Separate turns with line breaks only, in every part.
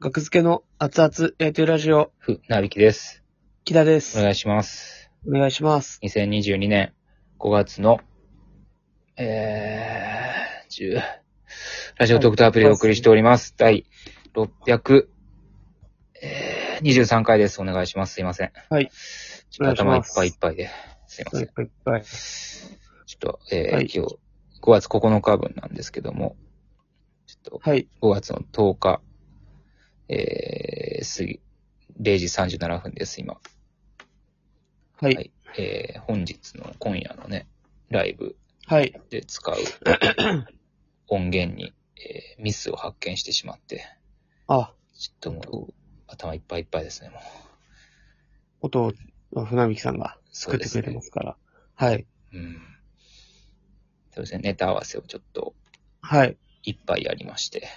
学付けの熱々焼いてるラジオ、
ふ、なびきです。
木田で
お
す。
願いします。
お願いします。
2022年5月の、えー、10、ラジオトークとアプリでお送りしております。第600、えー、23回です。お願いします。すいません。
はい。
ちょっと頭い
お願
っ
いします
ぱいいっぱいで。すいま
い
せ
っ
ん。
ぱいいっぱい。
ちょっと、えー
はい
今日、5月9日分なんですけども、ちょっと、
はい。
5月の10日、えー、過ぎ、0時37分です、今。
は。
はいいえー本日の今夜のね、ライブ
はい。
で使 う音源に、えーミスを発見してしまって、
あ、
ちょっともう頭いっぱいいっぱいですね、もう。
音を船引さんが
そ
作
う
っ
で
て
す
くれて
ね
ま。すから。はい。
うん。そうですね、ネタ合わせをちょっと
はい。
いっぱいやりまして、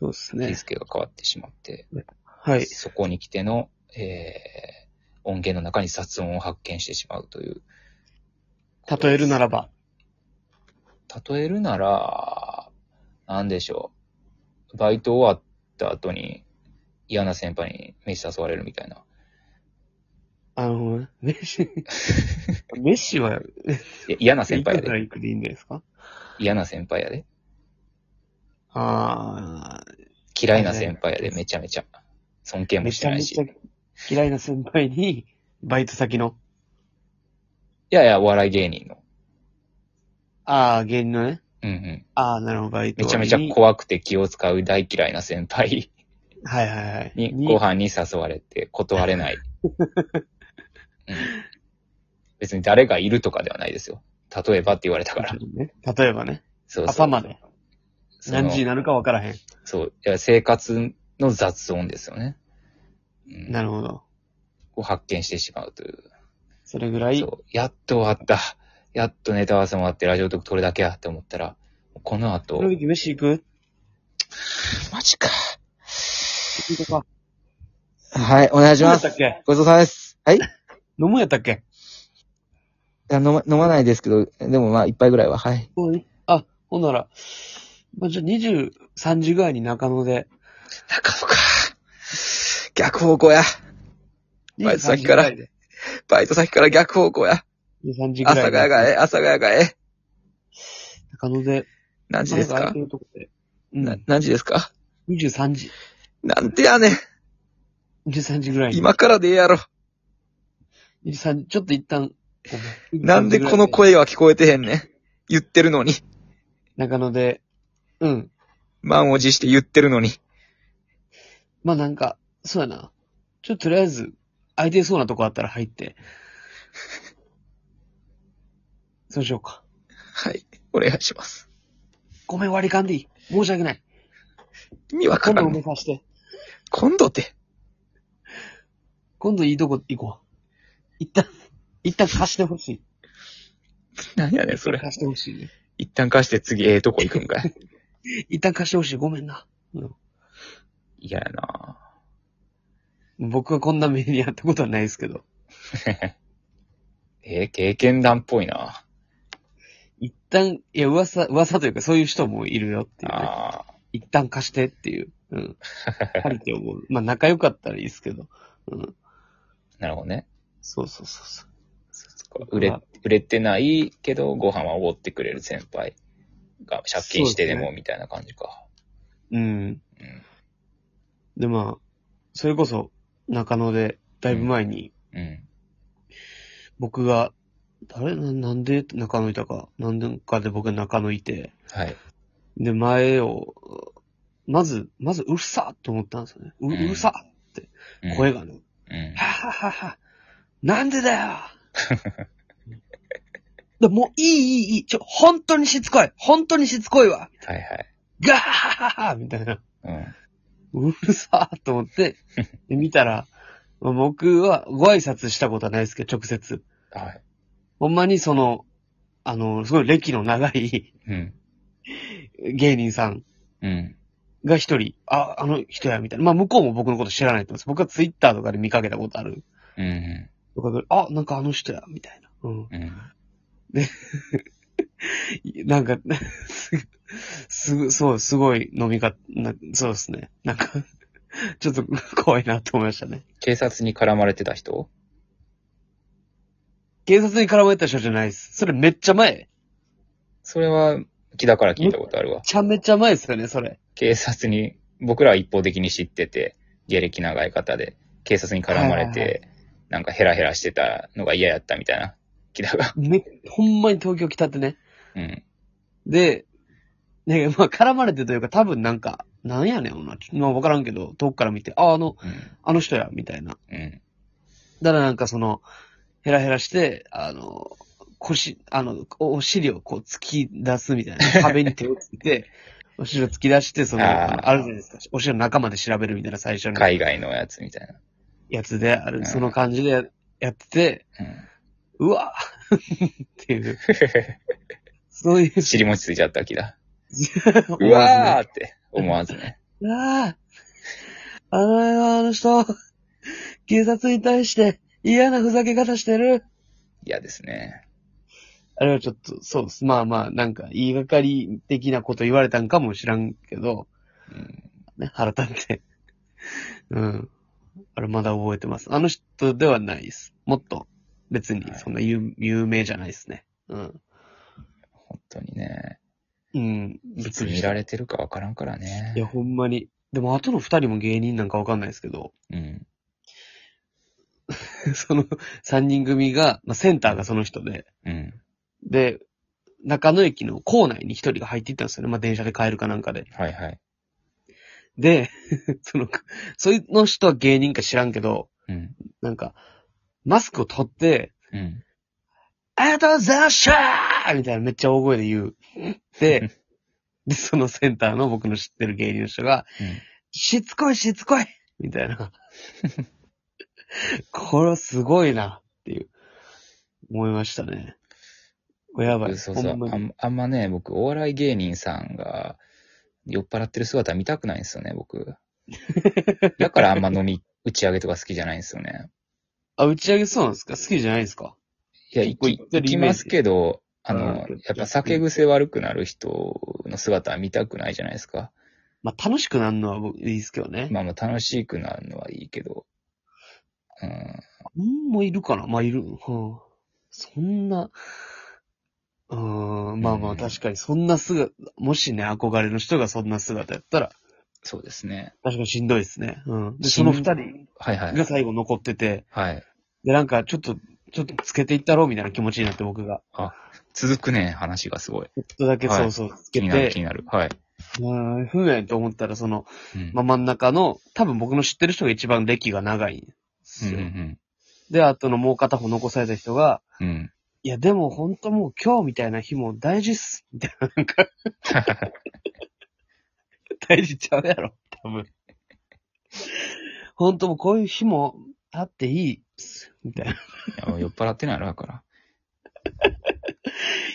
そうです
日
ね。
付が変わってしまって、
はい。
そこに来ての、えー音源の中に雑音を発見してしまうという。
例えるならば。
例えるなら、なんでしょう。バイト終わった後に嫌な先輩に飯誘われるみたいな。
あの、メッ シ、メッシは、
いや嫌な先輩
行
や
くなら
で。
行くでいいんじゃないですか
嫌な先輩やで。
あ
嫌いな先輩やで、めちゃめちゃ。尊敬
あ、
も
め
し
ち
て
ゃ
な
め
いし。
ちゃ
い
嫌いな先輩に、バイト先の、
やいや、お笑い芸人の。
ああ、芸人のね。
うんうん。
ああ、なるほど、バイト
め
に。
ちゃめちゃ怖くて気を使う大嫌いな先輩
はいはいはい。
にご飯に誘われて断 れない。うん、別に誰がいるとかではないですよ。例えばって言われたから。
ね例えばね、
そうそう。
朝まで。
その
何時になるか分からへん。
そう。いや生活の雑音ですよね。うん
なるほど。
を発見してしまうという。
それぐらい
そう。やっと終わった。やっとネタ合わせもあって、ラジオトーク撮るだけやって思ったら、この後、
ひろゆき飯行く
マジか。
行くか。
はい、お願いし
飲むや
ま
った
す。
っけ
ごちそうさまです。はいい
飲むやったっけ
や飲ま飲まないですけど、でもまあ、一杯ぐらいは、はい。
もういいあ、ほんなら、まあ、じゃあ23時ぐらいに中野で。
中野か。逆方向や。バイト先から
23時ぐいで
バイト先から逆方向や。
23時ぐらい
朝ヶ谷がえ、朝ヶ谷がえ。
中野で。
何時です
まだ空い
か
てるとこでう。
なん何時ですか
23時。
なんてやねん。
23時ぐらいに。
今からでええやろ。
23時、ちょっと一旦。ごめ
なんでこの。声は聞こえてへんねん。言ってるのに。
中野で。うん。
満を持して言ってるのに。
まあなんか、そうやな。ちょっととりあえず、空いてそうなとこあったら入って。 そうしようか。
はい。お願いします。
ごめん、割り勘でいい。申し訳ない。
意味わから
今度お
ん。
目指して。
今度って。
今度いいとこ行こう。一旦、一旦貸してほしい。
何やねん、それ。
貸してほしいね。
一旦貸して次ええとこ行くん かい。
一旦貸してほしい。ごめんな。
嫌やな
僕はこんな目にやったことはないですけど。
えー経験談っぽいな
一旦、いや、噂、噂というかそういう人もいるよっていう、ね。
ああ。
一旦貸してっていう。うん。借りて思う。まあ仲良かったらいいですけど。うん。
なるほどね。
そうそうそうそう。
売れ
まあ、
売れてないけど、ご飯はおごってくれる先輩が借金してで
そうです
もみたいな感じか。
うん。
うん
で、まあ、それこそ、中野で、だいぶ前に、
うん。
僕が、誰な、なんで中野いたか、なんでかで僕が中野いて、
はい。
で、前を、まず、まず、うるさっと思ったんですよね。う、
ん
うるさっ
うん
声。がね、
うん。
はははは、なんでだよ でもう、いい、いい、いい、ちょ、本当にしつこい本当にしつこいわ
はいはい。
ガーハハハみたいな。
うん。
うるさーと思って、で見たら、まあ僕はご挨拶したことはないですけど、直接。
はい。
ほんまにその、あの、すごい歴の長い
うん。
芸人さん
うん。
が一人、あ、あの人や、みたいな。まあ、向こうも僕のこと知らないと思います。僕はツイッターとかで見かけたことある。
うん。
とかであ、なんかあの人や、みたいな。うん。
うん。
なんか、 すぐ、すぐ、そう、すごい飲み方、なそうですね。なんか、 ちょっと怖いなと思いましたね。
警察に絡まれてた人
警察に絡まれた人じゃないです。それめっちゃ前。め
それは、木田から聞いたことあるわ。
ちゃめちゃ前ですよね、それ。
警察に、僕らは一方的に知ってて、下歴長い方で、警察に絡まれ
はいはい
て、なんかヘラヘラしてたのが嫌やったみたいな、木田 が。
め、ほんまに東京来たってね。
うん。
で、ね、まあ絡まれてというか多分なんか、なんやねん、ほんな。まあわからんけど、遠くから見て、あ、あの、
うん
あの人や、みたいな。
うん。
だからなんかその、ヘラヘラして、あの、腰、あの、おお尻をこう突き出すみたい な。壁に手をついて、お尻を突き出して、その、
あー
あのあるじゃないですか。お尻の中まで調べるみたいな最初の
海外のやつみたいな。
やつで、あ
うん
る、その感じでややってて、
うん
うわって いう、そういう。
尻餅ついちゃった木田。う
思わずね
わーって思わずね。
うわああの、あの人、警察に対して嫌なふざけ方してる。
嫌ですね。
あれはちょっと、そうです。まあまあ、なんか、言いがかり的なこと言われたんかもしらんけど、
うん。
ね、腹立って。うん。あれまだ覚えてます。あの人ではないです。もっと、別に、そんな有,、有名じゃないですね。うん。
本当にね。
うん。
いつ見られてるかわからんからね
い。や、ほんまに。でも、後の二人も芸人なんかわかんないですけど、
うん。
その三人組が、まあ、センターがその人で、
うん。
で、中野駅の構内に一人が入っていったんですよね。まあ、電車で帰るかなんかで。
はいはい。
で、 その、そいの人は芸人か知らんけど、
うん。
なんか、マスクを取って、
うん。
ありがとうございましたみたいなめっちゃ大声で言う。で、 で、そのセンターの僕の知ってる芸人の人が、
うん
しつこいしつこいみたい な。これはすごいなっていう、思いましたね。これやばい。
そうそう
ほんまに
あん。あんまね、僕、お笑い芸人さんが酔っ払ってる姿見たくないんですよね、僕。 だからあんま飲み、打ち上げとか好きじゃないんですよね。
あ、打ち上げそうなんですか好きじゃないですか
いや、
結
行
構
き
行ってる
行き
イメージ
ますけど、あ
あ
の
ー、
やっぱ酒癖悪くなる人の姿は見たくないじゃないですか。
まあ、楽しくなるのは僕いいですけどね。
まあまあ楽しくなるのはいいけど。うん。
うん、もういるかなまあ、いる。うんそんな、うーん、まあま
う
あ
ん
確かにそんな姿、もしね、憧れの人がそんな姿やったら、
そうですね。
確かにしんどいですね。うん。で、
し
そ
ん
の二人
はいは
が
い。
最後残ってて、
はい。
で、なんかちょっと、ちょっとつけていったろうみたいな気持ちになって僕が。
続くね、話がすごい。
ちょっとだけ
は
そ
いう
そうつけ
気になる
て
気、になる。はい。
うーん、不明と思ったら、その、
うん。
まあ、真ん中の、多分僕の知ってる人が一番歴が長いんです
うんう
よ。
ん
で、あとのもう片方残された人が、
うん。うん。
いや、でも本当もう今日みたいな日も大事っす。みたいな、なんか。大事ちゃうやろ、多分。本当もうこういう日もあっていいっす。みたいな。
いやもう酔っ払ってないのだから。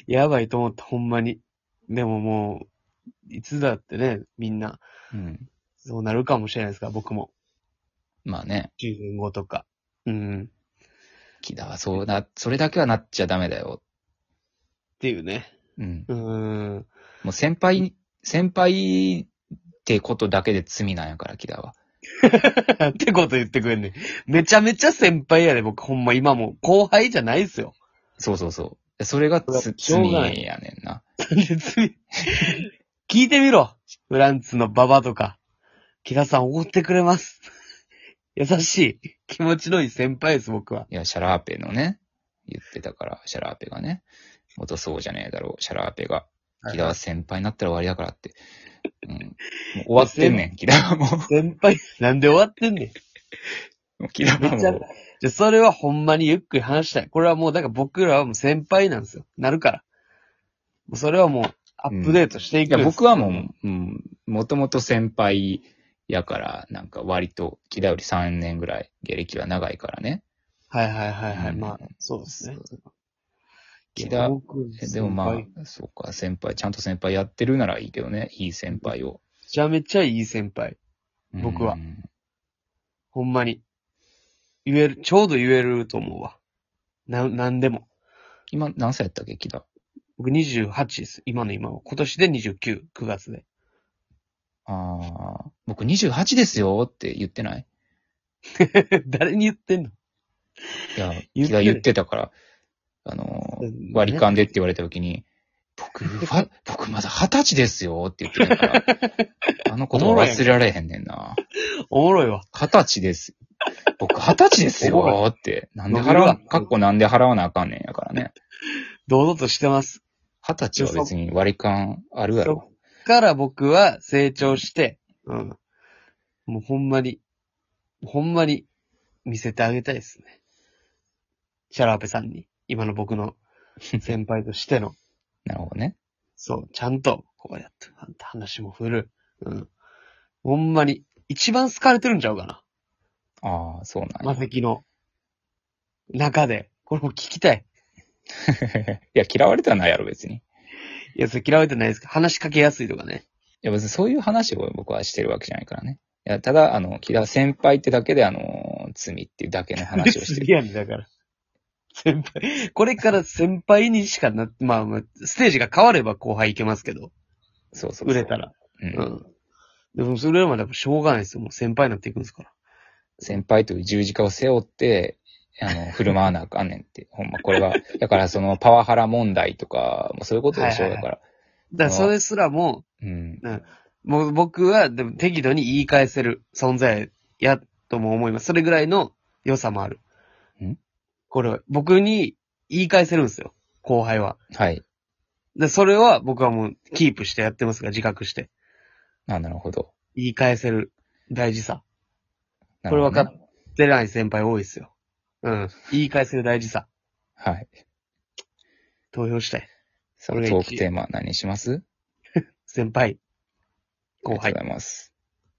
やばいと思った、ほんまに。でももう、いつだってね、みんな、
うん。
そうなるかもしれないですから、僕も。
まあね、
10分後とか。うん。っ
木田はそうな、それだけはなっちゃダメだよ。
ていうね。
うん。
うーん。
もう先輩、先輩ってことだけで罪なんやから、木田は。
ってこと言ってくれんねん。めちゃめちゃ先輩やで、僕、ほんま今もう後輩じゃないっすよ。
そうそうそう。それがつ
しょ
罪
うがない
やねんな。
別に。聞いてみろ。フランツのババとか。木田さん怒ってくれます。優しい。気持ちのいい先輩です、僕は。
いや、シャラーペのね、言ってたから、シャラーペがね。元そうじゃねえだろう、シャラーペが。木田は先輩になったら終わりだからって。うん。もう終わってんね ん、木田はも
先輩、なんで終わってんねん。
う。木田は
めっちゃ
もう。
じゃ、それはほんまにゆっくり話したい。これはもう、だから僕らはもう先輩なんですよ。なるから。もうそれはもう、アップデートしてい
い
く
や、
んです、
僕はもう、うん、もともと先輩やから、なんか割と、木田より3年ぐらい、芸歴は長いからね。
はいはいはいはい。
うん
まあ、そうですね。
木田、
僕
えでもま
先輩
あ、そうか、先輩、ちゃんと先輩やってるならいいけどね、いい先輩を。
めちゃめちゃいい先輩。
うん
僕は。ほんまに。言える、ちょうど言えると思うわ。な、なんでも。
今、何歳やったっけ、木田。
僕28です。今の今は。今年で29、9月で。
ああ、僕28ですよって言ってない
誰に言ってんの
いや、
言ってる
気が言ってたから、あのー、割り
か
勘でって言われた時に、僕は、僕まだ二十歳ですよって言ってたから、 あの言葉忘れられへんねんな。
おもろいわ。
二十歳です。僕二十歳です
おも
よって。なんで払わ
伸び
な、
る
かっこなんで払わなあかんねんやからね。
堂々としてます。
二十歳は別に割り勘あるや
そ
ろ。
っから僕は成長して、うん。もうほんまに、ほんまに見せてあげたいですね。シャラーペさんに、今の僕の先輩としての、
なるほどね。
そう、ちゃんと、こうやって、あんた話も振る。うん。ほんまに、一番好かれてるんちゃうかな。
ああ、そうなん
マ
や。
セキの中で。これも聞きたい。
いや、嫌われてはないやろ、別に。い
いや、それ嫌われてないですけど、話しかけやすいとかね。
や、別にそういう話を僕はしてるわけじゃないからね。いや、ただ、あの、木田先輩ってだけで、あのー、罪っていうだけの話をして
す
る。
げえね、だから。先輩、これから先輩にしかな、まあまあ、ステージが変われば後輩いけますけど、
そうそうそう
売れた。ら。
う。
うんん。でもそれまではしょうがないですよ。もう先輩になっていくんですから。
先輩という十字架を背負って、あの、 振る舞わなあかんねんって。ほんま、これは、だからその、パワハラ問題とか、もうそういうことでしょ、
はいは
だ
い
から。
だからそれすらも、
うん。
もう僕は、でも適度に言い返せる存在やとも思います。それぐらいの良さもある。
ん
これは、僕に言い返せるんですよ。後輩は。
はい。
で、それは僕はもうキープしてやってますが、自覚して。
あ、なるほど。
言い返せる大事さ。
な
こ
る
れ
ほど
分か
ね
ってない先輩多いですよ。うん。言い返せる大事さ。
はい。
投票したい。
さあ、
これが
トー
一
クテーマ何にします
先輩。後
あり
輩
がとう。ございます。